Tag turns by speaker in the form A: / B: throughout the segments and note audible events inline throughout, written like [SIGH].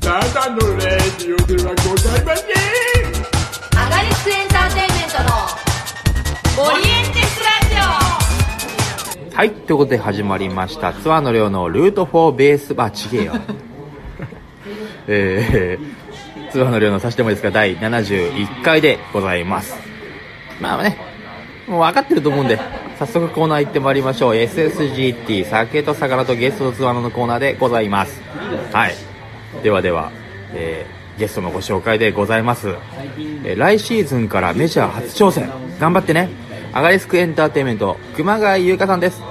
A: ただのレディオではございません
B: アガリスクエンターテインメントのオリエンテスラ
C: はい、ということで始まりました。ツアーの量のルート4ベース、あ、ちげえよ。えー、ツアーの量の差しでもいいですか、第71回でございます。まあね、もう分かってると思うんで、早速コーナー行ってまいりましょう。SSGT、酒と魚とゲストとツアーのコーナーでございます。はい。ではでは、えー、ゲストのご紹介でございます。えー来シーズンからメジャー初挑戦。頑張ってね。アガリスクエンターテインメント、熊谷優香さんです。
B: ジ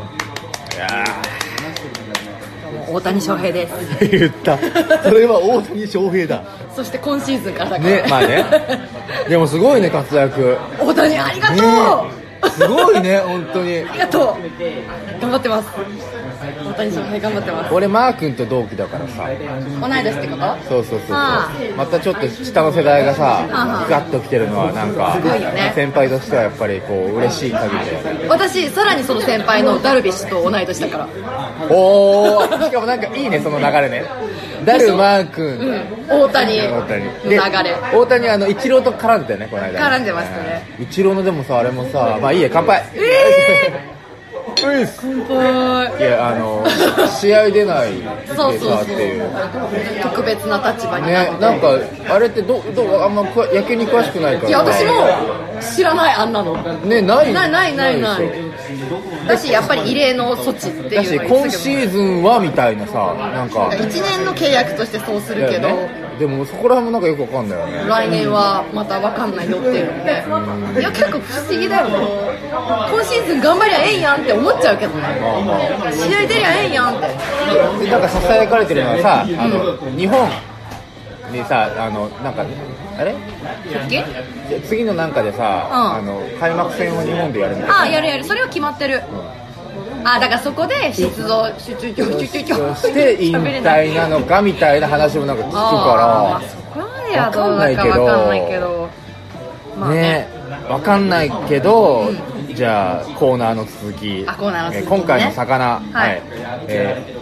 B: オ大谷翔平です
C: 言った。それは大谷翔平だ。
B: そして今シーズンからだから
C: ね、まあね。でもすごいね、活躍。
B: [LAUGHS] 大谷ありがとう、
C: ねすごいね、本当に
B: あ。りがとう頑張ってます大谷翔平頑張ってます
C: 俺、マー君と同期だからさ。
B: 同い年ってこと
C: そうそうそうそう
B: あ
C: またちょっと下の世代がさ
B: あはあ
C: ガッと来てるのはなんか
B: ごいよね
C: 先輩としてはやっぱりこう嬉しい限りで
B: 私さらにその先輩のダルビッシュと同い年だから
C: おおしかもなんかいいねその流れねダルマー君
B: うん大谷
C: 大
B: の
C: 谷
B: 流
C: で
B: れ
C: 大谷あのイチローと絡んでたよねこの間
B: 絡んでましたね
C: イチローのでもさあれも
B: [LAUGHS]
C: さまあいいや乾杯ういっす [LAUGHS] いやあの試合出ないでさ
B: そうそうそう
C: っていう
B: 特別な立場になっ
C: ね
B: て
C: なんかあれってどどうあんま詳野球に詳しくないから
B: いや私も知らないあんなの
C: ねない
B: ないないないな
C: で
B: い
C: しょ
B: だしやっぱり異例の措置って
C: だ
B: い
C: し
B: うのは
C: 今シーズンはみたいなさなんか
B: 1年の契約としてそうするけど、
C: だよねでもそこら辺もなんかよくわかんないよね
B: 来年はまた分かんないよっていうのでいや結構不思議だよね今シーズン頑張りゃええんやんって思っちゃうけどね
C: まあまあ
B: 試合出りゃええんやんって
C: でなんかささやかれてるのはさあの日本でさあのなんかあれ
B: 復帰
C: 次のなんかでさ、
B: うん
C: あの開幕戦を日本でやるんだよ
B: ああやるやるそれは決まってるああだからそこで出場集中教集中教
C: そして引退なのかみたいな話もなんか聞く
B: ああ
C: か
B: そこまではどうなのか分かんないけどま
C: ら
B: あね
C: ねわかんないけど、じゃあコーナーの続き
B: あコーナーの続きね
C: え今回の魚
B: はい
C: えー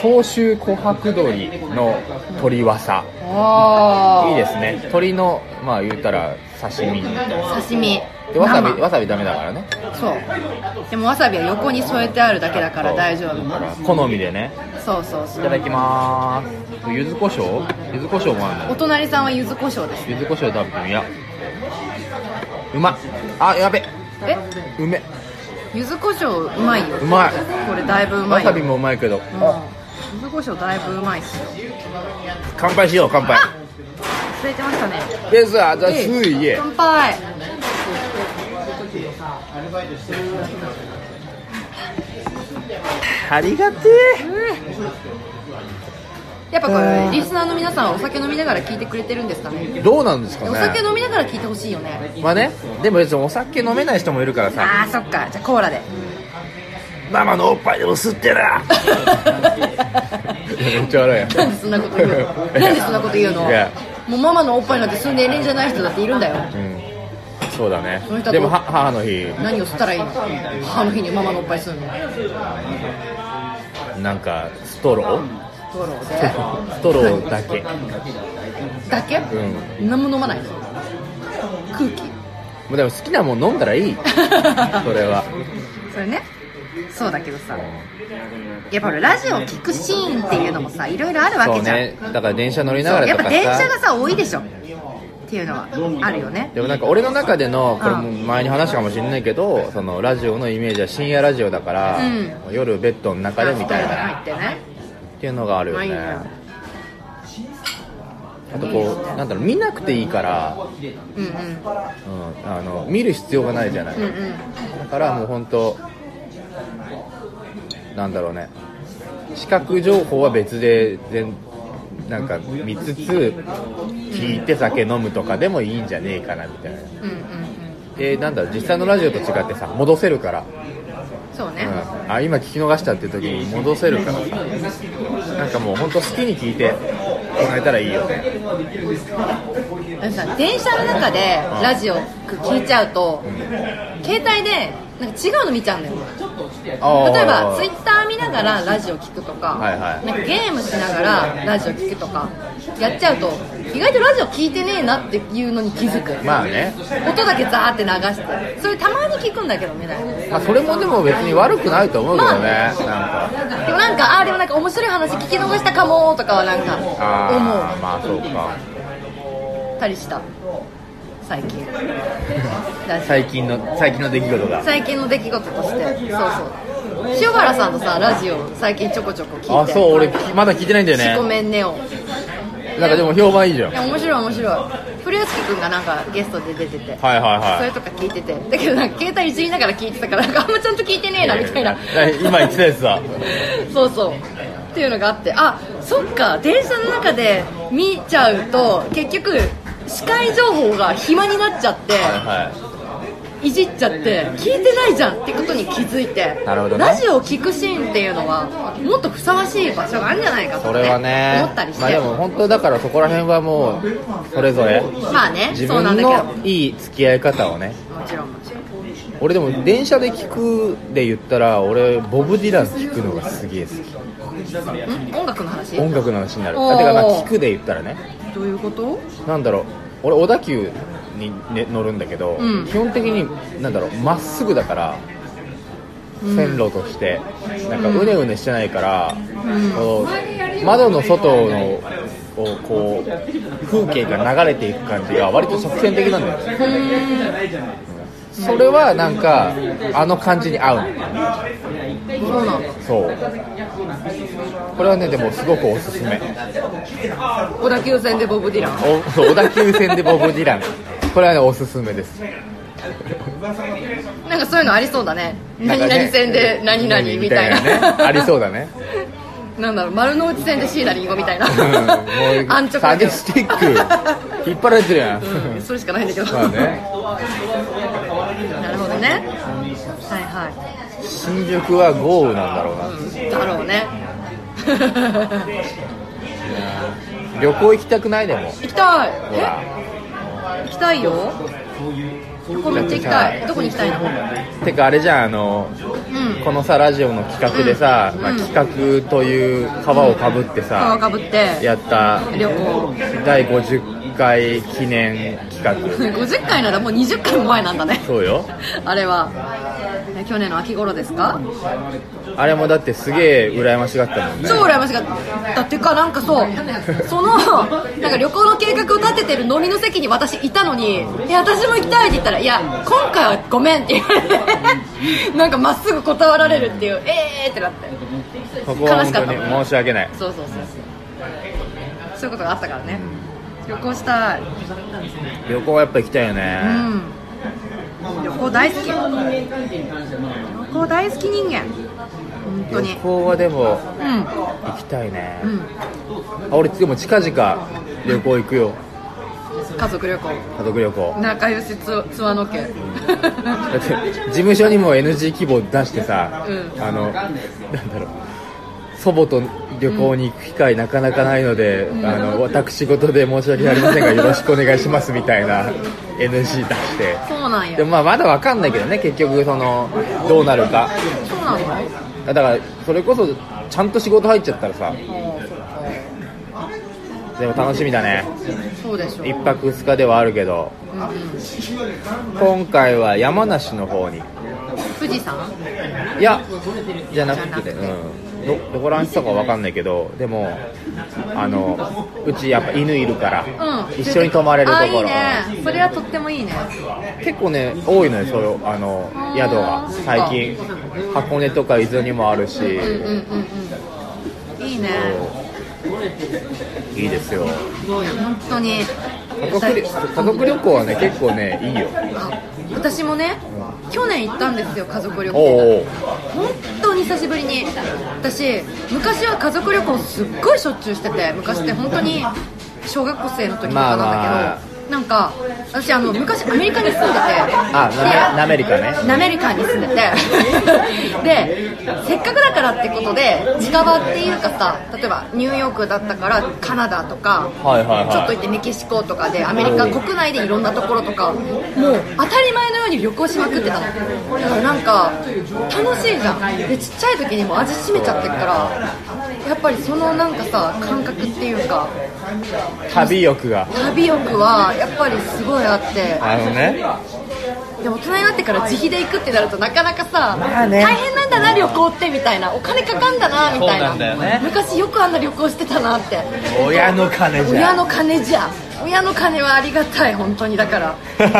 C: 早秋琥珀鳥の鳥わさ
B: ああ
C: いいですね鳥のまあ言うたら刺身
B: 刺身
C: でわさび
B: 生
C: わさびダメだからね
B: そうでもわさびは横に添えてあるだけだから大丈夫
C: だから好みでね
B: そうそうそ
C: いた
B: う
C: だきまーす柚子胡椒柚子胡椒もあるの
B: お隣さんは柚子胡椒です
C: 柚子胡椒食べてみやうまっあやべ
B: え
C: うめ
B: 柚子胡椒うまいよ
C: うまい
B: これだいぶうま
C: わ
B: い
C: さ
B: よ
C: びもうまいけど、
B: うん柚子胡椒だいぶうまいっすよ
C: 乾杯しよう乾杯
B: あ忘れてましたね
C: でさじゃあ
B: ええ
C: 水泳
B: 乾杯
C: ありがて
B: やっぱこれリスナーの皆さんはお酒飲みながら聞いてくれてるんですかね
C: えどうなんですかね
B: お酒飲みながら聞いてほしいよね
C: まあねでも別にお酒飲めない人もいるからさ
B: あーそっかじゃあコー
C: [LAUGHS]
B: ラで
C: 生のおっぱいでも吸ってなめっちゃ笑う
B: な
C: や
B: ん
C: ん
B: でそんなこと言うの
C: [LAUGHS]
B: なんでそんなこと言うの
C: いや
B: もうママのおっぱいなんて吸う年齢じゃない人だっているんだよ
C: うんそうだね
B: そういう人は
C: でもは母の日
B: 何を吸ったらいいの母の日にママのおっぱい吸うの
C: なんかストロー
B: ストロー
C: [LAUGHS] ストローだけ
B: でだけ、
C: う
B: 何も飲まないの空気
C: もうでも好きなもん飲んだらいいそれ
B: [LAUGHS]
C: は
B: それねそうだけどさやっぱほらラジオを聞くシーンっていうのもさいろいろあるわ
C: そ
B: け
C: う
B: じゃん、
C: ねだから電車乗りな
B: そ
C: が
B: う
C: ら
B: やっ
C: とか
B: ぱ
C: さ
B: 電車がさ多いでしょっていうのはあるよね
C: でもなんか俺の中でのこれも前に話したかもしれないけどそのラジオのイメージは深夜ラジオだから、
B: う
C: 夜ベッドの中でみたい
B: あ
C: なっ
B: ストローに入ってね
C: ていうのがあるよね
B: まあいいね
C: あとこうなんだろう見なくていいから、
B: うん
C: うん、あの見る必要がないじゃない、
B: うんうんうん
C: だからもう本当なんだろうね視覚情報は別で全なんか見つつ聞いて酒飲むとかでもいいんじゃねえかなみたいな
B: うんうんうん
C: でなんだろう実際のラジオと違ってさ戻せるから、
B: そうね、
C: うん、あ今聞き逃したっていう時に戻せるからさなんかもう本当好きに聞いてもらえたらいいよね
B: あのさ電車の中でラジオ聞いちゃうと、携帯でなんか違うの見ちゃうんだよ
C: あー
B: 例えばツイッター見ながらラジオ聞くとか,、
C: はいはい
B: なんかゲームしながらラジオ聞くとかやっちゃうと意外とラジオ聞いてねえなっていうのに気づく、
C: まあね、
B: 音だけザーって流してそれたまに聞くんだけどみたいな
C: まあ、それもでも別に悪くないと思うけどね、なんか。
B: でもなんかあーでもなんか面白い話聞き逃したかもとかはなんか
C: ああ、
B: 思
C: まあそうか。
B: ったりした最近
C: 最近の、最近の出来事が。
B: 最近の出来事としてそうそう塩原さんとさラジオ最近ちょこちょこ聞いて
C: あ、そう、俺、きまだ聞いてないんだよ
B: 「ご
C: ね。
B: めんねを」
C: なんかでも評判いいじゃん。
B: い
C: はい
B: や面白い面白い古吉君がなんかゲストで出てて
C: はい
B: そ
C: は
B: れ
C: い。
B: とか聞いててだけどなんか携帯いじりながら聞いてたからなんかあんまちゃんと聞いてねえなみたいな
C: [LAUGHS] 今言ってたやつだ。
B: そうそうっていうのがあってあそっか電車の中で見ちゃうと結局視界情報が暇になっちゃって
C: はい
B: じっちゃって聞いてないじゃんってことに気づいて
C: なるほどね
B: ラジオを聞くシーンっていうのはもっとふさわしい場所があるんじゃないか
C: い。
B: と
C: そ
B: かね
C: れはね、
B: 思ったりして、
C: まあでも本当だからそこら辺はもう、それぞれ。
B: まあね
C: 自
B: そうな
C: 分
B: んだけど
C: のいい付き合い方をね。
B: もちろんもちろん
C: 俺でも電車で聞くで言ったら、俺、ボブ・ディラン聞くのがすげえ好き。
B: ん音楽の話
C: 音楽の話になる。
B: おー
C: あてか、まあ聞くで言ったらね。
B: どういうこと
C: なんだろう俺小田急に、ね、乗るんだけど、
B: うん
C: 基本的になんだろうまっすぐだから線路として、なんかうねうねしてないから、こう窓の外のをこう風景が流れていく感じが割と直線的なんだよそれはなんかあの感じに合うの
B: そうなんだ
C: そうこれはねでもすごくおすすめ
B: 小田急線でボブ・ディラン
C: おそう小田急線でボブ・ディランこれはねおすすめです
B: [LAUGHS] なんかそういうのありそうだね
C: なん
B: 何
C: かね
B: 々線で何々みたいな
C: ね、ありそうだね
B: [LAUGHS] なんだろう丸の内線で椎名林檎みたいな
C: うんもう
B: [LAUGHS] 安直だけど
C: サディステ
B: [LAUGHS]
C: ィック引っ張られてるやん、
B: うんそれしかないんだけど、
C: まあね
B: [LAUGHS] なるほどねはいは
C: 新宿は豪雨なんだろう
B: いだろうね
C: な旅行行きたくないでも
B: [LAUGHS] 行きたい
C: ほ
B: え
C: ら
B: 行きたいよここめっちゃ行きたいどこに行きたいの
C: てかあれじゃんあの
B: うん
C: このさラジオの企画でさ、
B: うん
C: まあ
B: うん
C: 企画という皮をかぶって
B: 川
C: さ、
B: かぶって
C: やった
B: 旅行 [LAUGHS]
C: 第50回記念企画
B: 50回ならもう20回も前なんだね
C: そうよ
B: あれはえ去年の秋頃ですか
C: あれもだってすげえ羨ましがったもんね
B: 超羨ましかったっていうかなんかそうそのなんか旅行の計画を立ててる乗りの席に私いたのに「いや私も行きたい」って言ったら「いや今回はごめん」って言われて [LAUGHS] なんかまっすぐ断られるっていう「えー」ってなって
C: ここは
B: 悲し
C: 本
B: か
C: 当
B: った
C: に申し訳ない
B: そうそうそうそうそういうことがあったからね旅行したい
C: 旅行はやっぱ行きたいよね、
B: うん旅行大好き旅行大好き人間本当
C: 旅
B: に
C: 行はでも
B: うん
C: 行きたいね、
B: うん
C: あ俺でも近々旅行行くよ
B: 家族旅行
C: 家族旅行
B: 仲良しツツアノ
C: [LAUGHS]
B: 家
C: だって事務所にも NG 規模出してさ、
B: うん
C: あのなんだろう祖母と旅行に行く機会なかなかないので、あの私事で申し訳ありませんがよろしくお願いしますみたいな NG 出して
B: そうなんや
C: でもまあまだわかんないけどね結局そのどうなるか
B: そうなの
C: だからそれこそちゃんと仕事入っちゃったらさでも楽しみだね
B: そうでしょう、
C: 一泊二日ではあるけど
B: うんうん、
C: 今回は山梨の方に
B: 富士山
C: いやじゃなくて、うん、どどこらんしたかわかんないけどでもあのうちやっぱ犬いるから、
B: うん
C: 一緒に泊まれるとこ
B: あ
C: ろ
B: いいねそれはとってもいいね
C: うん結構ね多いのよそういうあの宿が最近箱根とか伊豆にもあるし、
B: うんうんうんうんいいね
C: いいですよ
B: 本当に
C: 家族旅家族旅行はね結構ねいいよ
B: あ私もね去年行ったんですよ家族旅行
C: おうおう
B: 本当に久しぶりに私昔は家族旅行すっごいしょっちゅうしてて昔って本当に小学校生の時とかなんだけど、
C: まあまあ
B: なんか私あの昔アメリカに住んでて
C: あなめなめりかね
B: なめりかに住んで
C: [LAUGHS]
B: てでせっかくだからってことで近場っていうかさ例えばニューヨークだったからカナダとか、
C: はいはいはい
B: ちょっと行ってメキシコとかでアメリカ国内でいろんなところとかもう当たり前のように旅行しまくってたのだからなんか楽しいじゃんでちっちゃい時にも味しめちゃってるからやっぱりそのなんかさ感覚っていうか
C: 旅欲が
B: 旅欲はやっぱりすごいあって
C: あのね
B: でも大人になってから自費で行くってなるとなかなかさ、
C: まあね
B: 大変なんだな旅行ってみたいなお金かかんだなみたいな
C: そうなんだよね
B: 昔よくあんな旅行してたなって
C: 親の金じ
B: 親
C: ゃ
B: の金じゃ親の金はありがたい本当にだからだっ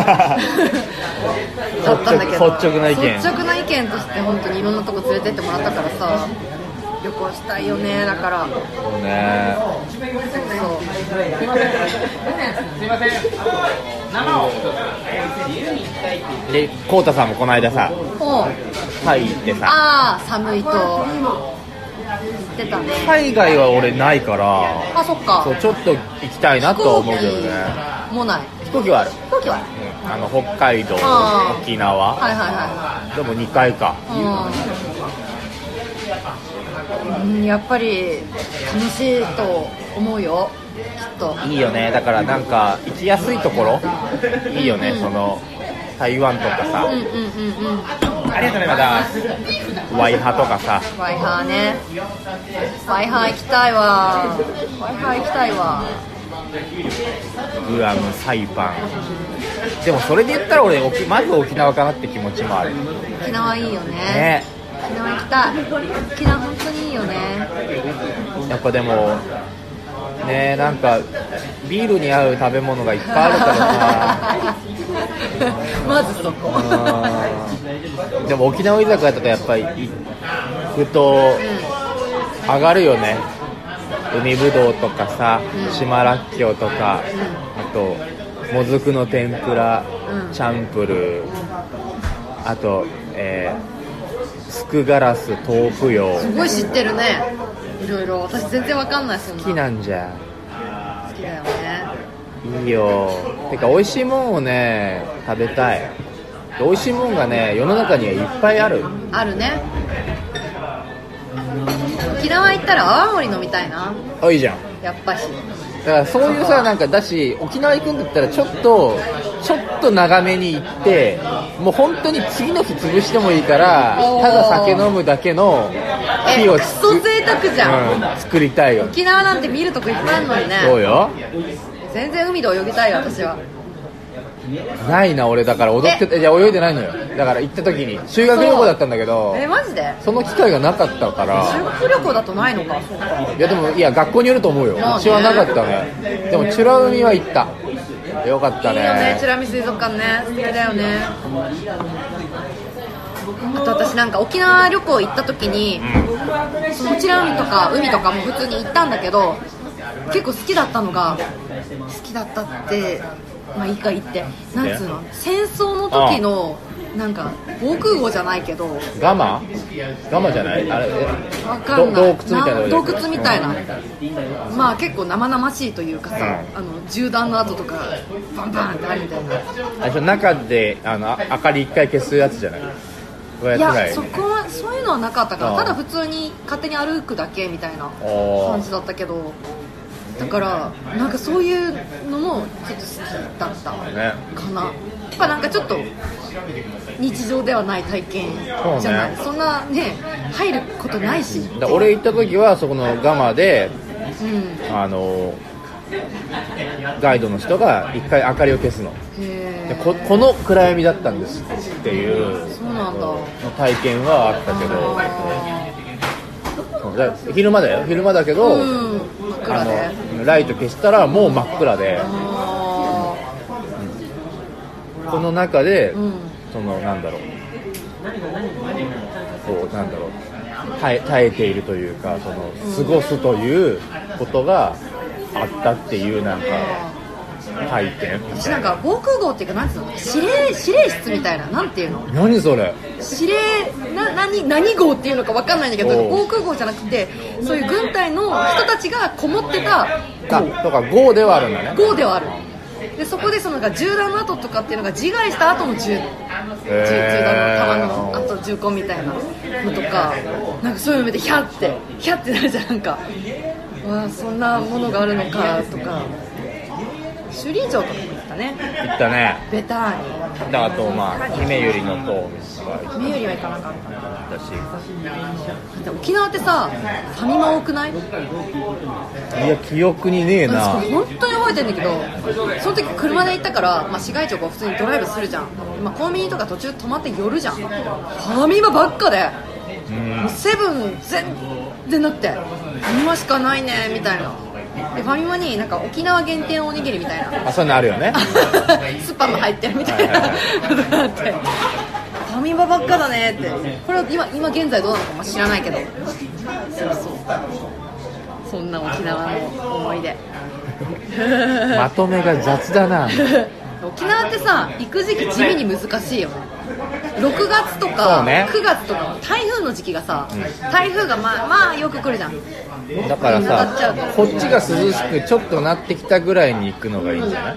B: たんだけど
C: 率直な意見
B: 率直な意見として本当にいろんなとこ連れてってもらったからさ旅行したいよねだから
C: ね
B: そう
C: [LAUGHS] で浩太さんもこの間さ
B: そうもう
C: タイ行ってさ
B: ああ寒いと行ってたね
C: 海外は俺ないから
B: あそっか
C: そうちょっと行きたいなとは思うけど
B: 飛
C: ね
B: 行機もない
C: 飛行機はある、
B: 飛行機は
C: うんあの北海道
B: あー
C: 沖縄、
B: はいはいは
C: でも2回か
B: いはいうんやっぱり楽しいと思うよきっと
C: いいよねだからなんか行きやすいところいいよね、
B: うん
C: その台湾とかさ、
B: うんうんうんうん
C: ありがとうございますワイハとかさ
B: ワイハーねワイハー行きたいわワイハー行きたいわ
C: グアムサイパンでもそれで言ったら俺沖まず沖縄かなって気持ちもある
B: 沖縄いいよね
C: ね
B: 沖縄行きたい沖縄本当にいいよね
C: やっぱでもねなんかビールに合う食べ物がいっぱいあるからさ
B: [LAUGHS] まずそこ
C: [LAUGHS] うんでも沖縄居酒屋とかやっぱり行くと上がるよね海ぶどうとかさ
B: うん
C: 島らっきょうとかあともずくの天ぷら
B: うん
C: チャンプルーあとえーすくガラス豆腐用
B: すごい知ってるねいろいろ私全然わかんないそんな
C: 好きなんじゃ
B: 好きだよね
C: いいよてか美味しいもんをね食べたい美味しいもんがね世の中にはいっぱいある
B: あるね沖縄行ったら泡盛飲みたいな
C: あいいじゃん
B: やっぱし
C: だからそういうさなんかだし沖縄行くんだったらちょっとちょっと長めに行ってもう本当に次の日潰してもいいから
B: おー
C: ただ酒飲むだけの
B: え
C: 日を
B: クソ贅沢じゃん、
C: うん、作りたいよ
B: 沖縄なんて見るとこいっぱいあるのに
C: そう
B: ね
C: よ
B: 全然海で泳ぎたいよ私は
C: ないな俺だから踊ってていや泳いでないのよだから行った時に修学旅行だったんだけど
B: えマジで
C: その機会がなかったから
B: 修学旅行だとないのかそうか
C: いやでもいや学校によると思うよう
B: まあね
C: ちはなかったねでも美ら海は行ったよかっ
B: いい
C: た
B: よ
C: ね
B: ねチラ見水族館ね素敵だよねあと私なんか沖縄旅行行った時に、そのチラ海とか海とかも普通に行ったんだけど結構好きだったのが好きだったってまあいいか言ってなんつうの戦争の時のなんか防空壕じゃないけど
C: ガマガマじゃないあれえ
B: わかんな
C: ど
B: い
C: 洞窟みたいなとこ
B: 洞窟みたいな
C: うん
B: まあ結構生々しいというかさ、あの銃弾の跡とかバンバンってあるみたいな
C: あれ中であのあ明かり一回消すやつじゃないこうや
B: い
C: つな
B: や
C: い
B: そこはそういうのはなかったか
C: あ
B: ら
C: あ
B: ただ普通に勝手に歩くだけみたいな
C: お
B: 感
C: ー
B: じだったけどだからなんかそういうのもちょっと好きだった
C: ね
B: かなやっぱなんかちょっと日常ではない体験じゃないそ,、んなね入ることないし
C: だ俺行った時はそこのガマで
B: うん
C: あのガイドの人が一回明かりを消すの
B: へえ
C: でここの暗闇だったんですっていう
B: そうなんだ
C: 体験はあったけどだ昼間だよ昼間だけど、
B: うん真っ暗で
C: あのライト消したらもう真っ暗で
B: あ
C: この中で、
B: ーうん
C: そのなんだろうこうなんだろう耐え耐えているというかその過ごすということがあったっていうなんか体験み
B: 私
C: た
B: ないん
C: な
B: か防空壕っていうかなんつうの指令指令室みたいななんていうの
C: 何それ
B: 指令な何何号っていうのか分かんないんだけど
C: おう
B: 航空号じゃなくてそういう軍隊の人たちがこもってた
C: あとか GO ではあるんだね
B: 号ではあるでそこでそのなんか銃弾の跡とかっていうのが自害した後の銃銃銃弾の弾の後銃痕みたいなのとかなんかそういうの見てヒャってヒャってなるじゃんなんかうわあそんなものがあるのかとか首里城とかも行ったね
C: 行ったね
B: ベターに
C: 行ったあとまあ姫ゆりの塔が
B: 目よりは行かなかった
C: 行ったし
B: だって沖縄ってさファミマ多くない
C: いや記憶にねえ
B: 私
C: な
B: 本当に覚えてんだけどその時車で行ったから、まあ、市街地をこう普通にドライブするじゃん、まあ、コンビニとか途中止まって寄るじゃんファミマばっかでもうセブン全然なくてファミマしかないねみたいなでファミマになんか沖縄限定のおにぎりみたいな
C: あそういうのあるよね
B: スパム入ってるみたいな
C: はい
B: のがあってファミマばっかだねってこれは今今現在どうなのかも知らないけどそうそうそんな沖縄の思い [LAUGHS] 出
C: まとめが雑だな
B: 沖縄ってさ行く時期地味に難しいよね6月と
C: そ
B: か、
C: うね
B: 9月とか台風の時期がさ、台風がまあまあよく来るじゃん
C: だから
B: なっちゃう
C: さこっちが涼しくちょっとなってきたぐらいに行くのがいいんじゃな
B: だ
C: い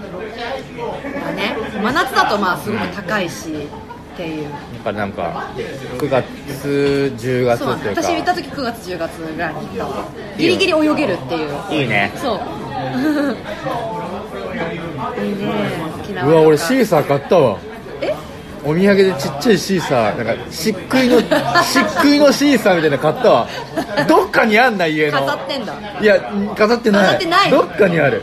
B: ね真夏だとまあすごく高いしっていう
C: だからなんか9月10月
B: そうな
C: っ
B: ん
C: てい
B: だ
C: う
B: 私行った
C: か
B: 時9月10月ぐらいに行ったわ
C: いい
B: ギ
C: よ
B: リギリ泳げるって [LAUGHS] いう
C: いいね
B: そういいね沖縄
C: うわ俺シーサー買ったわ
B: え
C: お土産でちっちゃいシーサーなんか漆
B: [LAUGHS]
C: 喰の漆喰のシーサーみたいなの買ったわどっかにあんな家の
B: 飾ってんだ
C: いや飾ってない
B: 飾ってない
C: どっかにある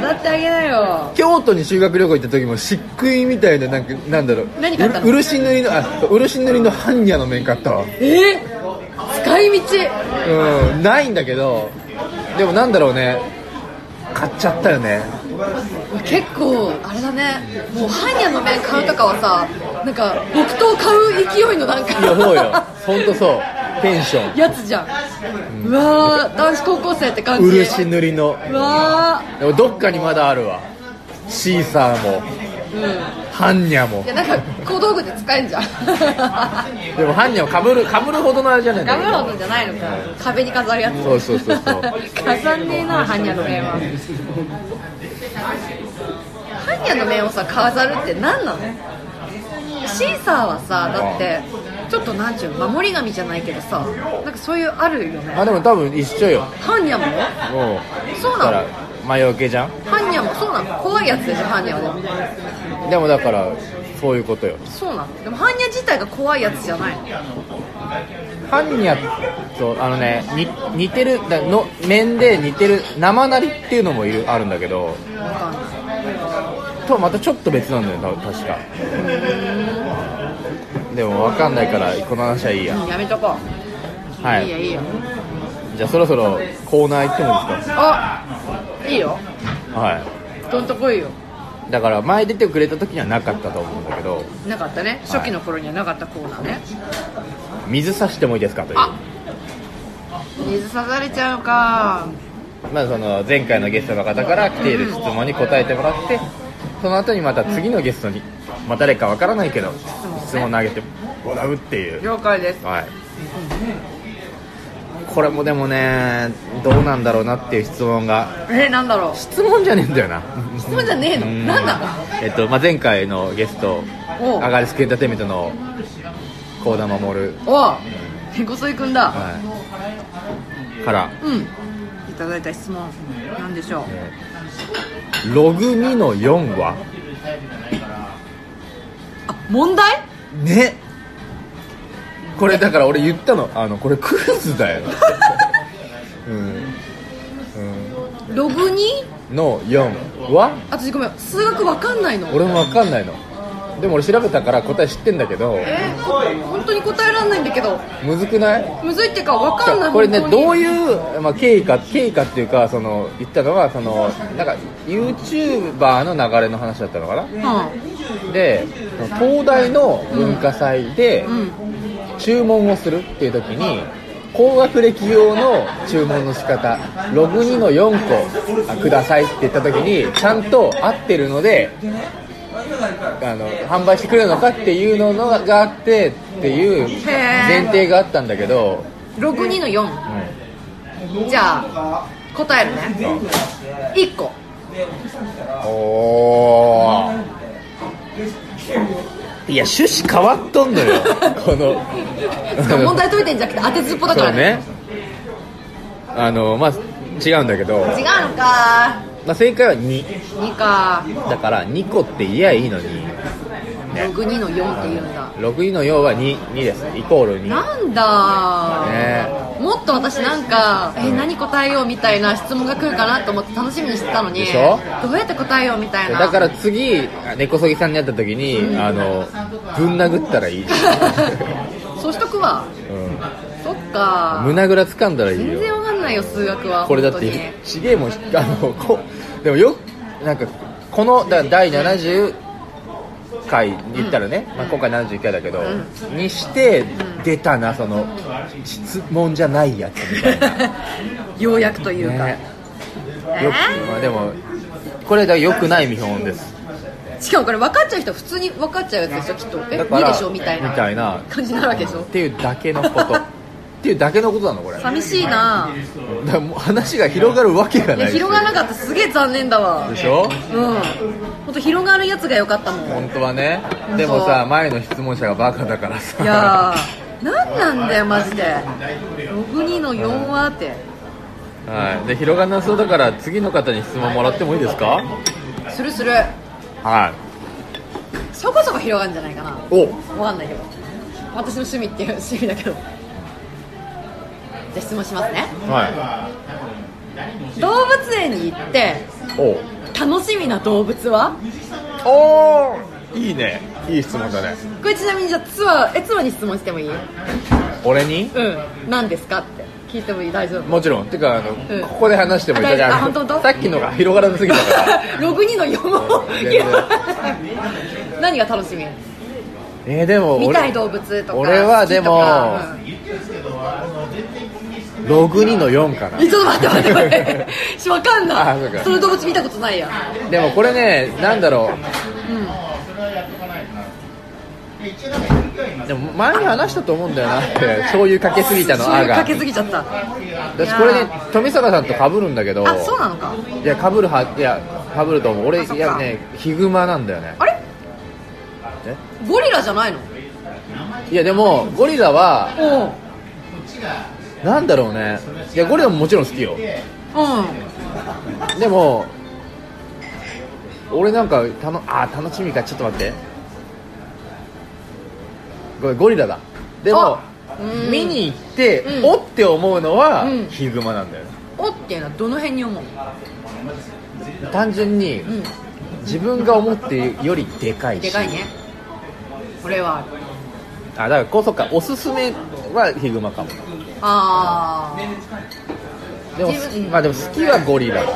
B: 飾ってあげなよ
C: 京都に修学旅行行った時も漆喰みたいななんかなんだろう
B: 何買ったの
C: うる漆塗りのあそう漆塗りの般若の面買ったわ
B: え使い道
C: うんないんだけどでもなんだろうね買っちゃったよね
B: 結構あれだねもうハンヤの面買うとかはさなんか木刀買う勢いのなんか
C: いやそうよほんとそうテンショ
B: [LAUGHS]
C: ン
B: やつじゃん、うわー男子高校生って感じ
C: 漆塗りの
B: うわ
C: でもどっかにまだあるわシーサーも
B: ーうんい
C: 般若も
B: やなんか小道具で使えんじゃん [LAUGHS]
C: でも般若はかぶるかぶるほどのあれじゃないんだ
B: ガ
C: け
B: ム
C: ど
B: ロードじゃないのか壁に飾るやつ
C: そうそうそうそう
B: 飾んねえなハンヤの面はハンヤの面をさ飾るって何なのシーサーはさだってちょっとなんちゅうの守り神じゃないけどさなんかそういうあるよね
C: あでも多分一緒よ
B: ハンニャも
C: もう
B: そう
C: だか
B: な
C: ら
B: の
C: 魔除けじゃん
B: ハンニャもそうなの怖いやつでしょハンニャはでも
C: でもだからそういうことよ
B: そうなのでもハンニャ自体が怖いやつじゃないの
C: 般若とあのねに似てるだの面で似てる生なりっていうのもいるあるんだけど
B: わかんない
C: とはまたちょっと別なんだよた確かでも分かんないからこの話はいいや
B: うんやめとこう、
C: はい
B: いいよいいよ
C: じゃあそろそろコーナー行ってもいいです
B: あいいよ
C: かは
B: どんとこいよ
C: いだから前出てくれた時にはなかったと思うんだけど
B: なかったね初期の頃にはなかったコーナーね
C: 水差してもいいですかという
B: あ水刺されちゃうか
C: まあ、その前回のゲストの方から来ている質問に答えてもらってその後にまた次のゲストに、まあ、誰かわからないけど質問投げてもらうっていう、
B: 了解です
C: はい、これもでもねどうなんだろうなっていう質問が
B: えー、なんだろう
C: [LAUGHS] 質問じゃねえんだよな
B: 質問じゃねえの
C: うん
B: なんだ
C: えっとまあ、前回のゲスト
B: おう
C: アガリスクエンターテインメントの幸田守、
B: おうこそいくんだ
C: はい、から
B: うんいただいた質問なんでしょう
C: ログ2の4は
B: あ問題
C: ねこれだから俺言ったのあのこれクイズだようん、
B: ログに
C: うん、の4は
B: 私ごめん数学わかんないの
C: 俺も分かんないのでも俺調べたから答え知ってんだけど
B: えー、こ本当に答えられないんだけど
C: むずくない
B: むずいっていうかわかんない
C: これね
B: 本当に
C: どういう、まあ、経緯か経緯かっていうかその言ったのはそのなんか YouTuber の流れの話だったのかな
B: う
C: で東大の文化祭で、
B: んうん
C: 注文をするっていう時に高学歴用の注文の仕方ログ2の4個あくださいって言った時にちゃんと合ってるのであの販売してくれるのかっていうのががあってっていう
B: ー
C: 前提があったんだけど、
B: ログ2の4
C: う
B: じゃあ答えるね1個
C: んおーいや趣旨変わっとんの
B: [LAUGHS]
C: よこの
B: しかも問題解いてんじゃなくて当てずっぽだからね
C: そうねあのまあ違うんだけど、
B: 違うのか
C: まあ、正解は2
B: 2か
C: だから2個って言えばいいのにね
B: 6二の4って言うんだ
C: 6位の4は 2, 2ですイコール2
B: なんだ
C: ね
B: もっと私なんか「え何答えよう」みたいな質問が来るかなと思って楽しみにしてたのに
C: でしょ
B: どうやって答えようみたいな
C: だから次根こそぎさんに会った時に、あのぶん殴ったらいい、
B: [LAUGHS] そうしとくわ
C: う
B: そっ
C: ん、
B: か
C: 胸ぐら掴んだらいい
B: 全
C: よ
B: 然わかんないよ数学は
C: これだっ
B: 本当
C: て
B: に
C: ちげえもんあのこでもよなんかこのだ第70回に行ったらね、まあ、今回71回だけど、にして出たなその質問じゃないやつみたいな、
B: [LAUGHS] ようやくというか、
C: ねよまあ、でもこれだ良くない見本です
B: しかもこれ分かっちゃう人は普通に分かっちゃうやつでしょきっとえ
C: だか
B: 2
C: ら
B: でしょみたいな
C: みたいな
B: 感じになるわけでしょ
C: っていうだけのこ
B: [LAUGHS]
C: とっていうだけのことなのこれだか
B: 寂しいな
C: らもう話が広がるわけが
B: い
C: ない
B: や
C: ですよ
B: 広がらなかったすげえ残念だわ
C: でしょ
B: うんもっと広がるやつが良かったもん
C: 本当はねでもさ前の質問者がバカだからさ
B: いやー何なんだよマジで62の4はって
C: はい、で広がらなそうだから次の方に質問もらってもいいですか
B: するする
C: はい
B: そこそこ広がるんじゃないかな
C: お
B: 分かんないけど私の趣味っていう [LAUGHS] 趣味だけどじゃあ質問しますね
C: は
B: 動物園に行って
C: いお
B: 楽しみな動物は
C: おーいいねいい質問だね
B: これちなみにじゃあツアーえツアーに質問してもいい
C: 俺に
B: うん何ですかって聞いてもいい大丈夫
C: もちろんてかあの、
B: ん
C: ここで話してもいい
B: あ大丈夫
C: だ
B: あ
C: か
B: 本当
C: ら
B: 本当
C: [LAUGHS] さっきのが広がらなすぎたから
B: 62の4も
C: 全然
B: 広がる [LAUGHS] 何が楽しみ
C: [LAUGHS] えー、でも
B: 見たい
C: 俺
B: 動物とか
C: 俺はでも
B: 好きとかうん
C: ログ2の4かな
B: えちょっと待って待って待って
C: [LAUGHS]
B: わかんな
C: あそうか
B: いその動物見たことないや
C: [LAUGHS] でもこれねなんだろうでも前に話したと思うんだよなって醤油かけすぎたの
B: 醤
C: あ
B: 油
C: が
B: かけすぎちゃった
C: 私これね富坂さんと被るんだけど
B: あそうなのか
C: いや被るはいや被ると思う俺
B: あそっ
C: い
B: か
C: やねヒグマなんだよね
B: あれ
C: え
B: ゴリラじゃないの
C: いやでもゴリラは
B: おう
C: なんだろうねいやゴリラももちろん好きよ
B: う
C: でも俺なんかたのあ楽しみかちょっと待ってごめんゴリラだでも
B: あうん
C: 見に行って、
B: うん
C: おって思うのは、
B: うん
C: ヒグマなんだよね
B: んおっていうのはどの辺に思う
C: 単純に
B: うん
C: 自分が思っているよりでかいし
B: でかいねこれは
C: あだからこそかおすすめはヒグマかも
B: ああ
C: でも
B: 自分
C: まあでも好きはゴリラだな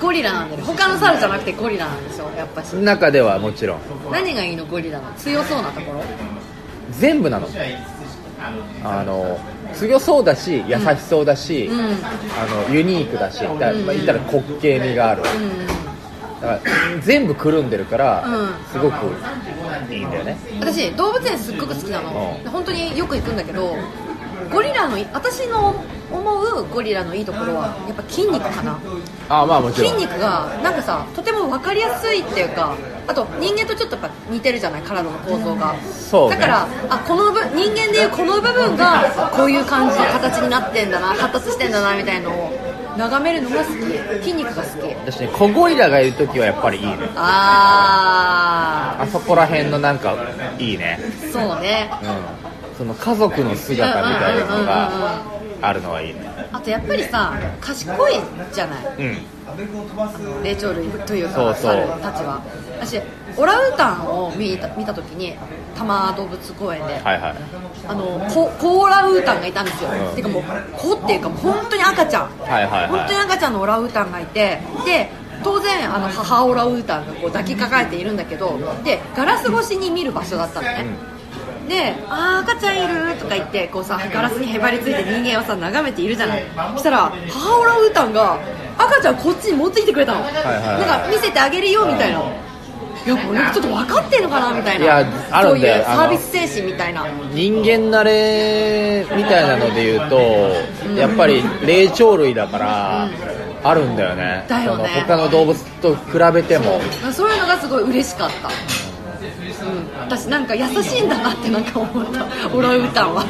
B: ゴリラなんだよ他の猿じゃなくてゴリラなんでしょやっぱし
C: 中ではもちろん
B: 何がいいのゴリラの強そうなところ
C: 全部なのあの強そうだし優しそうだし、
B: うんうん
C: あのユニークだしだから、まあ、言ったら滑稽味があるだから全部くるんでるから、
B: うん
C: すごくいいんだよね
B: 私動物園すっごく好きなの
C: うん
B: で本当によく行くんだけどゴリラのい私の思うゴリラのいいところはやっぱ筋肉かな
C: あまあもちろん
B: 筋肉がなんかさとても分かりやすいっていうかあと人間とちょっとやっぱ似てるじゃない体の構造が
C: そうね
B: だからあこの部人間でいうこの部分がこういう感じの形になってんだな発達してんだなみたいのを眺めるのが好き筋肉が好き
C: 私ね小ゴリラがいる時はやっぱりいいね
B: あ
C: あそこら辺のなんかいいね
B: ーそうね
C: うんその家族の姿みたいなのがあるのはいいね
B: あとやっぱりさ賢いじゃない
C: うん
B: 霊長類というか
C: そうそう
B: 猿たちは私オランウータンを見た見た時に多摩動物公園で、
C: はいはい
B: あのココーラウータンがいたんですよ、
C: うん
B: てかもう子っていうかもう本当に赤ちゃん、
C: はいはいはい
B: 本当に赤ちゃんのオラウータンがいてで当然あの母オラウータンがこう抱きかかえているんだけどでガラス越しに見る場所だったのね、で「あー赤ちゃんいる」とか言ってこうさガラスにへばりついて人間をさ眺めているじゃないそしたら母オラウータンが赤ちゃんこっちに持ってきてくれたの、
C: はいはい
B: なんか見せてあげるよみたいないやこれちょっと分かってんのかなみたいない
C: やあるんだよ
B: そういうサービス精神みたいな
C: 人間慣れみたいなので言うと、やっぱり霊長類だから、あるんだよね
B: だよね
C: その他の動物と比べても
B: そうそういうのがすごい嬉しかった、うん、私なんか優しいんだなってなんか思
C: [LAUGHS]
B: ったオランウータンは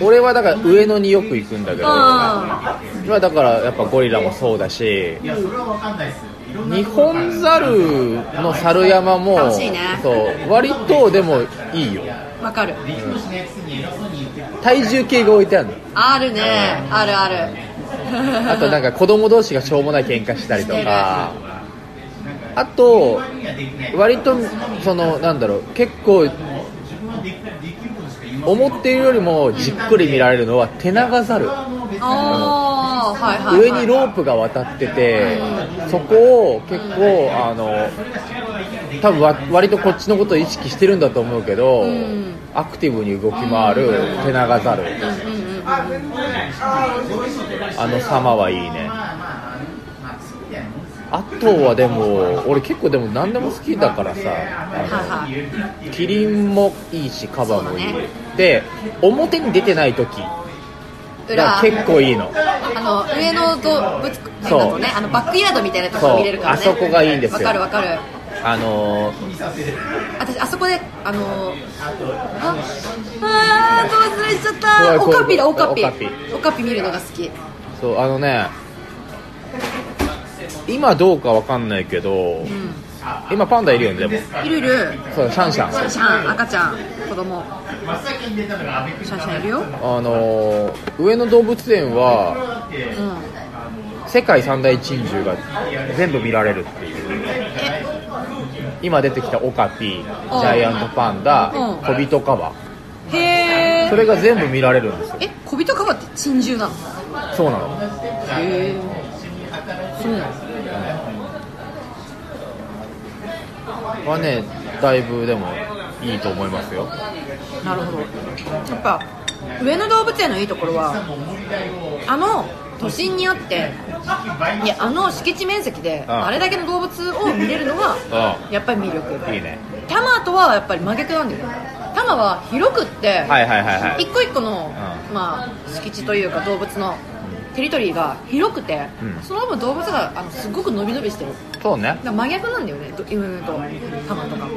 C: 俺はだから上野によく行くんだけど、
B: う
C: まあだからやっぱゴリラもそうだし日本猿の猿山も
B: 楽しいね
C: そう割とでもいいよ
B: ん分かる
C: 体重計が置いてあるの
B: あるねあるある [LAUGHS]
C: あとなんか子供同士がしょうもない喧嘩したりとかあと割とそのなんだろう結構思っているよりもじっくり見られるのはテナガザル
B: ああはいはい、はい、
C: 上にロープが渡っててそこを結構あの多分わ割とこっちのことを意識してるんだと思うけど
B: ん
C: アクティブに動き回るテナガザルあの様はいいねあとはでも俺結構でも何でも好きだからさあ
B: はいはい
C: のキリンもいいしカバもいい、
B: そうだね
C: で表に出てない時が
B: 裏
C: 結構いいの
B: あの上野動物園だとねあのバックヤードみたいなとこ
C: そう
B: ろ見れるからね
C: あそこがいいんですよ
B: わかるわかる
C: あの
B: 私あそこであのー、ああーど忘れしちゃった
C: こ
B: オ
C: ういう
B: カピだオカピ
C: オカピ
B: オカピ見るのが好き
C: そうあのね今どうかわかんないけど、今パンダいるよねでも
B: いるいる
C: そうシャンシャン
B: シャンシャン赤ちゃん子供シャンシャンいるよ
C: あのー上野動物園は
B: うん
C: 世界三大珍獣が全部見られるっていう
B: え
C: 今出てきたオカピジャイアントパンダ
B: うん
C: 小人カバ
B: へ
C: そ
B: え
C: れが全部見られるんですよ
B: え小人川って珍獣なの
C: そうなの
B: へえそうなの
C: はねだいぶでもいいと思いますよ
B: なるほどやっぱ上野動物園のいいところはあの都心にあっていやあの敷地面積で
C: ああ
B: あれだけの動物を見れるの
C: あ
B: はやっぱり魅力
C: いいね
B: タマとはやっぱり真逆なんだよタマは広くって、
C: はいはいはいはい
B: 一個一個の、まあ、敷地というか動物のテリトリーが広くて、
C: うん
B: その分動物があのすごく伸び伸びしてる
C: そうね
B: だから真逆なんだよねど犬とタマとか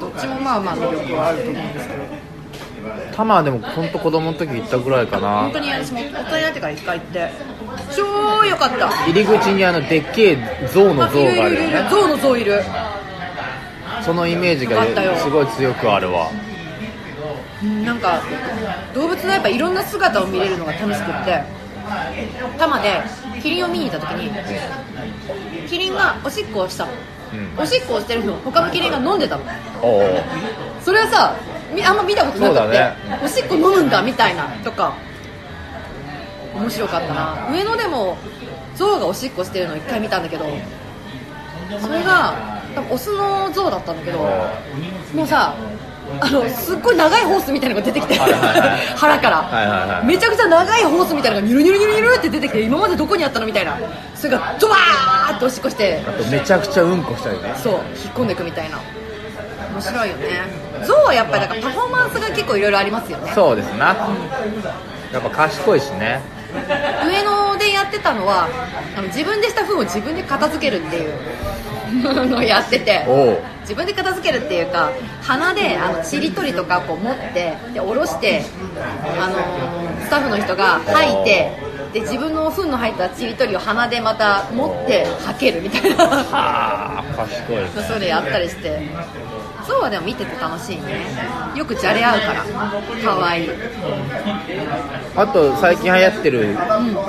B: どっちもまあまあ魅力はあると思うんですけど
C: タマはでも本当子供の時行ったぐらいかな
B: 本当に私も大人になってから一回行って超良かった
C: 入り口にあのでっけえ象の像があるよ
B: いるいる
C: ね
B: 象の像いる
C: そのイメージが
B: あったよ
C: すごい強くあるわ
B: うんなんか動物のやっぱいろんな姿を見れるのが楽しくって多摩でキリンを見に行った時にキリンがおしっこをしたの、
C: うん
B: おしっこをしてるのを他のキリンが飲んでたの
C: おお
B: それはさみあんま見たことなくて
C: そうだね
B: おしっこ飲むんだみたいなとか面白かったな上野でも象がおしっこしてるの一回見たんだけどそれが多分オスの象だったんだけどもうさあのすっごい長いホースみたいなのが出てきて
C: はいはいはい
B: [LAUGHS] 腹から、
C: はいはいはい
B: めちゃくちゃ長いホースみたいなのがニュルニュルニュルニュルって出てきて今までどこにあったのみたいなそれがドワーッとおしっこして
C: あとめちゃくちゃうんこしたりね
B: そう引っ込んでいくみたいな面白いよね象はやっぱりだからパフォーマンスが結構いろいろありますよね
C: そうですなやっぱ賢いしね
B: 上野でやってたのはあの自分でした糞を自分で片付けるっていう [LAUGHS] のをやってて
C: おう
B: 自分で片付けるっていうか鼻であのちり取りとかこう持ってで下ろしてあのスタッフの人が吐いてで自分の糞の入ったちり取りを鼻でまた持って吐けるみたいな
C: ああ賢いですね
B: そういうのやったりしてそうはでも見てて楽しいねよくじゃれ合うからかわいい
C: あと最近流行ってる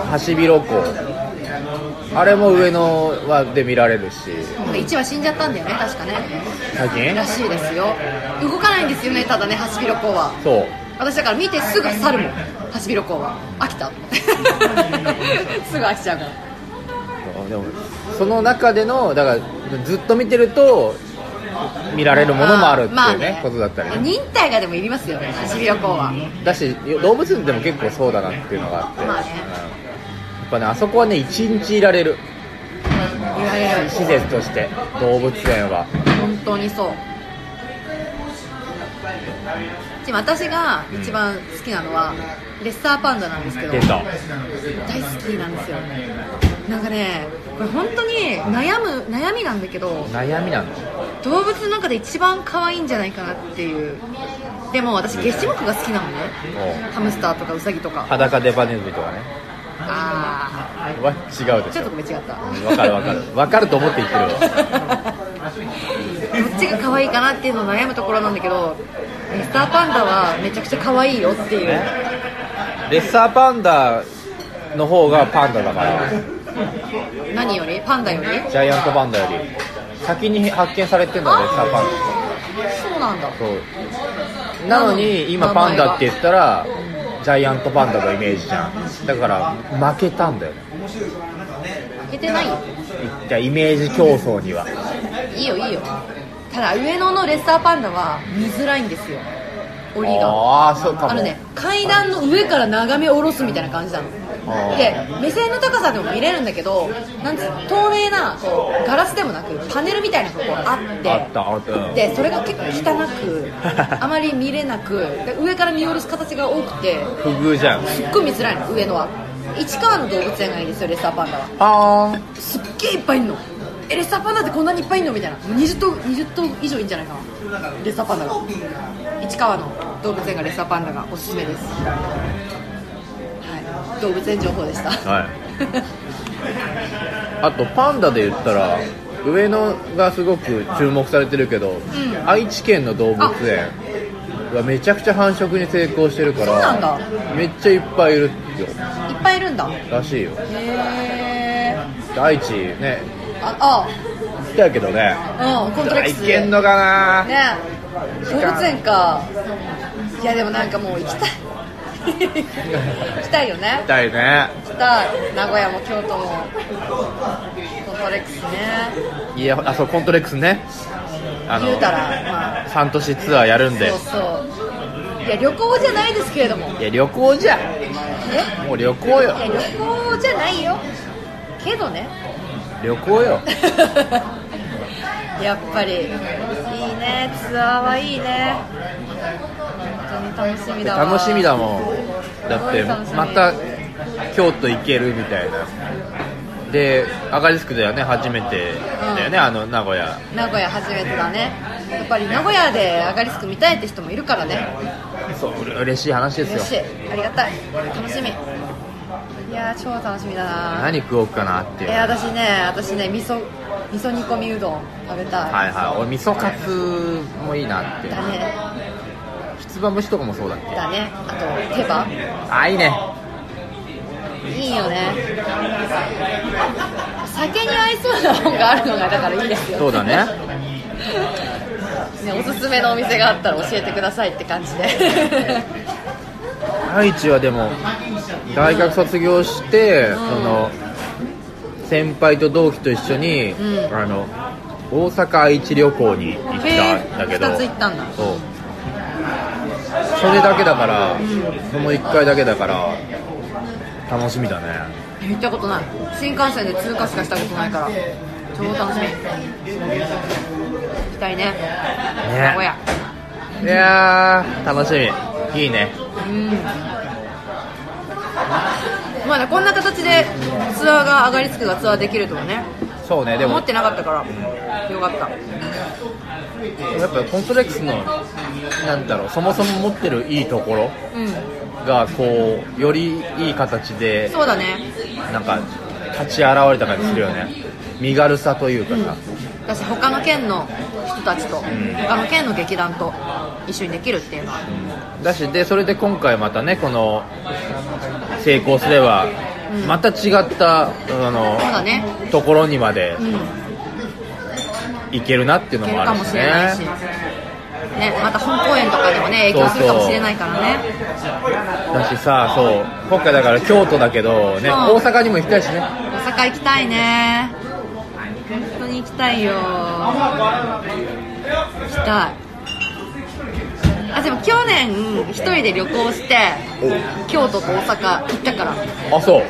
C: ハシビロコウあれも上野はで見られるし
B: 1羽死んじゃったんだよね確かね
C: 最近
B: らしいですよ動かないんですよねただねハシビロコウは
C: そう
B: 私だから見てすぐ去るもんハシビロコウは飽きた [LAUGHS] と思ってすぐ飽きちゃうから
C: でもその中でのだからずっと見てると見られるものもあるっていうね,、ことだったりね
B: 忍耐がでもいりますよねハシビロコウは
C: だし動物園でも結構そうだなっていうのがあって、
B: まあね
C: うんやっぱねあそこはね一日いられる
B: い言われる
C: 施設として動物園は
B: 本当にそうでも私が一番好きなのはレッサーパンダなんですけど
C: 出た
B: 大好きなんですよなんかねこれ本当に悩む悩みなんだけど
C: 悩みなの
B: 動物の中で一番可愛いんじゃないかなっていうでも私ゲシ目が好きなのねハムスターとかウサギとか
C: 裸でバネズミとかね
B: あ
C: わ違う
B: あ
C: で
B: ち
C: し
B: ょっ
C: ょ
B: とごめん違った
C: わかるわかるわかると思って言って
B: [LAUGHS]
C: るわ
B: どっちが可愛いかなっていうのを悩むところなんだけどレッサーパンダはめちゃくちゃ可愛いよっていう、
C: ねレッサーパンダの方がパンダだから
B: 何よりパンダより
C: ジャイアントパンダより先に発見されてるのがレッサーパンダ
B: そうなんだ
C: そうなのに今パンダって言ったらジャイアントパンダのイメージじゃんだから負けたんだよね
B: 負けてないよ
C: いやイメージ競争にはい
B: いよいいよただ上野のレッサーパンダは見づらいんですよ檻が
C: ああそうかも
B: あのね階段の上から眺め下ろすみたいな感じなの
C: あー
B: で目線の高さでも見れるんだけどなんつうの透明なこうガラスでもなくパネルみたいなのがこうあって
C: あったあったうん
B: でそれが結構汚
C: [LAUGHS]
B: くあまり見れなくで上から見下ろす形が多くて
C: 不遇じゃん
B: すっごい見づらいの上野は市川の動物園がいいですよレッサーパンダは
C: パーン
B: すっげえいっぱいいんのえレッサーパンダってこんなにいっぱいいんのみたいな20頭 ,20 頭以上いいんじゃないかなレッサーパンダが市川の動物園がレッサーパンダがおすすめですはい動物園情報でした
C: はいあとパンダで言ったら上野がすごく注目されてるけど、愛知県の動物園はめちゃくちゃ繁殖に成功してるから
B: そうなんだ
C: めっちゃいっぱいいるよ
B: [LAUGHS] いっぱいいるんだ
C: らしいよ
B: へえ
C: 愛知ね
B: あ
C: 来たけどね
B: あうんコントレック
C: 行
B: ス
C: けんのかな、
B: ね動物園かいやでもなんかもう行きたい [LAUGHS] 行きたいよね
C: 行きたいね
B: 行きたい名古屋も京都もコントレックスね
C: いやあそうコントレックスねあ
B: 言うたらまあ
C: 半年ツアーやるんで
B: そうそういや旅行じゃないですけれども
C: いや旅行じゃ
B: え
C: もう旅行よ
B: いや旅行じゃないよけどね [LAUGHS]
C: 旅行よ
B: やっぱりいいねツアーはいいね本当に楽しみだわ
C: 楽しみだもんだって
B: すごい楽しみ
C: また京都行けるみたいなで赤リスクだよね初めてだよね、
B: うん
C: あの名古屋
B: 名古屋初めてだねやっぱり名古屋でアガリスク見たいって人もいるからね
C: そううれ嬉しい話です
B: 嬉
C: よ
B: しいありがたい楽しみいやー超楽しみだな
C: 何食おうかなって
B: え
C: いう
B: ー、
C: はい
B: 私ね私ね味噌味噌煮込みうどん食べたい、
C: はい俺味噌カツもいいなって
B: だね
C: ひつば蒸しとかもそうだっけ
B: だねあと手羽
C: あいいね
B: いいよね酒に合いそうな本があるのがだからいいですよ
C: そうだね
B: ねおすすめのお店があったら教えてくだ [LAUGHS] さいって感じで
C: 愛知はでも大学卒業して、
B: ん
C: その先輩と同期と一緒に、
B: うん
C: あの大阪愛知旅行に行ったんだけど
B: へー二つ行ったんだ
C: そうそれだけだから、その1回だけだから楽しみだね
B: 行ったことない新幹線で通過しかしたことないから超楽しみ行きたいね名古屋
C: いやー楽しみいいね
B: うんまあねこんな形でツアーが上がりつくがツアーできるとはね
C: そうねでも
B: 思
C: や
B: っ
C: って
B: なかったからよかった
C: ぱコントレックスのなんだろうそもそも持ってるいいところ
B: うん
C: がこうよりいい形で
B: そうだね
C: なんか立ち現れた感じするよね身軽さというかさ、
B: 私他の県の人たちと、他の県の劇団と一緒にできるっていうのは
C: だしでそれで今回またねこの成功すれば
B: うん
C: また違った、あの
B: そうだね
C: ところにまで
B: うんい
C: 行けるなっていうの
B: ける
C: も
B: か
C: ある
B: も
C: し
B: しれないし、
C: ね
B: ねまた本公演とかでもね影響するかもしれないからね
C: だしさそう今回だから京都だけどね、
B: うん
C: 大阪にも行きたいしね
B: 大阪行きたいね本当に行きたいよ行きたいあでも去年一人で旅行して京都と大阪行ったから
C: あそう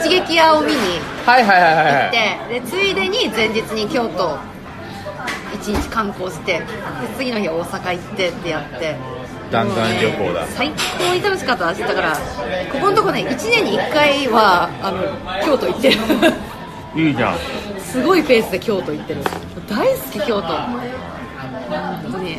B: 一撃屋を見に
C: はいはいはいはいはい
B: ってでついでに前日に京都一日観光してで次の日大阪行ってってやって
C: 弾丸旅行だ
B: もうね最高に楽しかったですだからここのとこね1年に1回はあの京都行ってる
C: いいじゃん
B: すごいペースで京都行ってる大好き京都本当に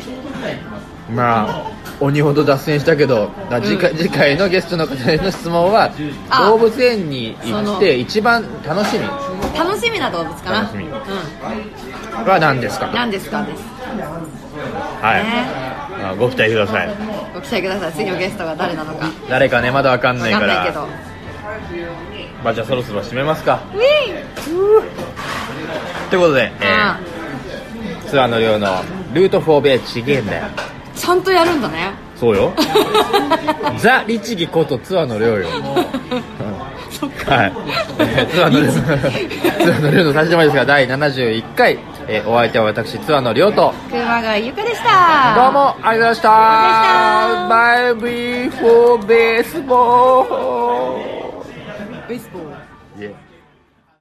C: まあ鬼ほど脱線したけど、あ次回次回のゲストの方への質問は
B: あ
C: 動物園に行っ
B: その
C: て一番楽しみ
B: 楽しみな動物かな
C: 楽しみ
B: うん、
C: は何ですか
B: 何ですかです、
C: はい、
B: ね
C: あご期待ください
B: ご期待ください次のゲストが誰なのかわ
C: 誰かねまだわかんない
B: か
C: か
B: んないけ
C: ら
B: ど
C: まあじゃあそろそろ締めますか
B: ウィーン
C: ということで、えー
B: あ
C: ツアーの量のルート4ベアちげえんだよ
B: ーちゃんとやるんだね
C: そうよザ・律儀ことツアーの量よ
B: そっか
C: はい、えー
B: [LAUGHS]
C: ツアーの量ツアーの量の最初までですが第71回、えーお相手は私ツアーの量と
B: 熊谷ゆかでした
C: どうもありがとうございましたバイビーフォーベースボール
B: ベースボール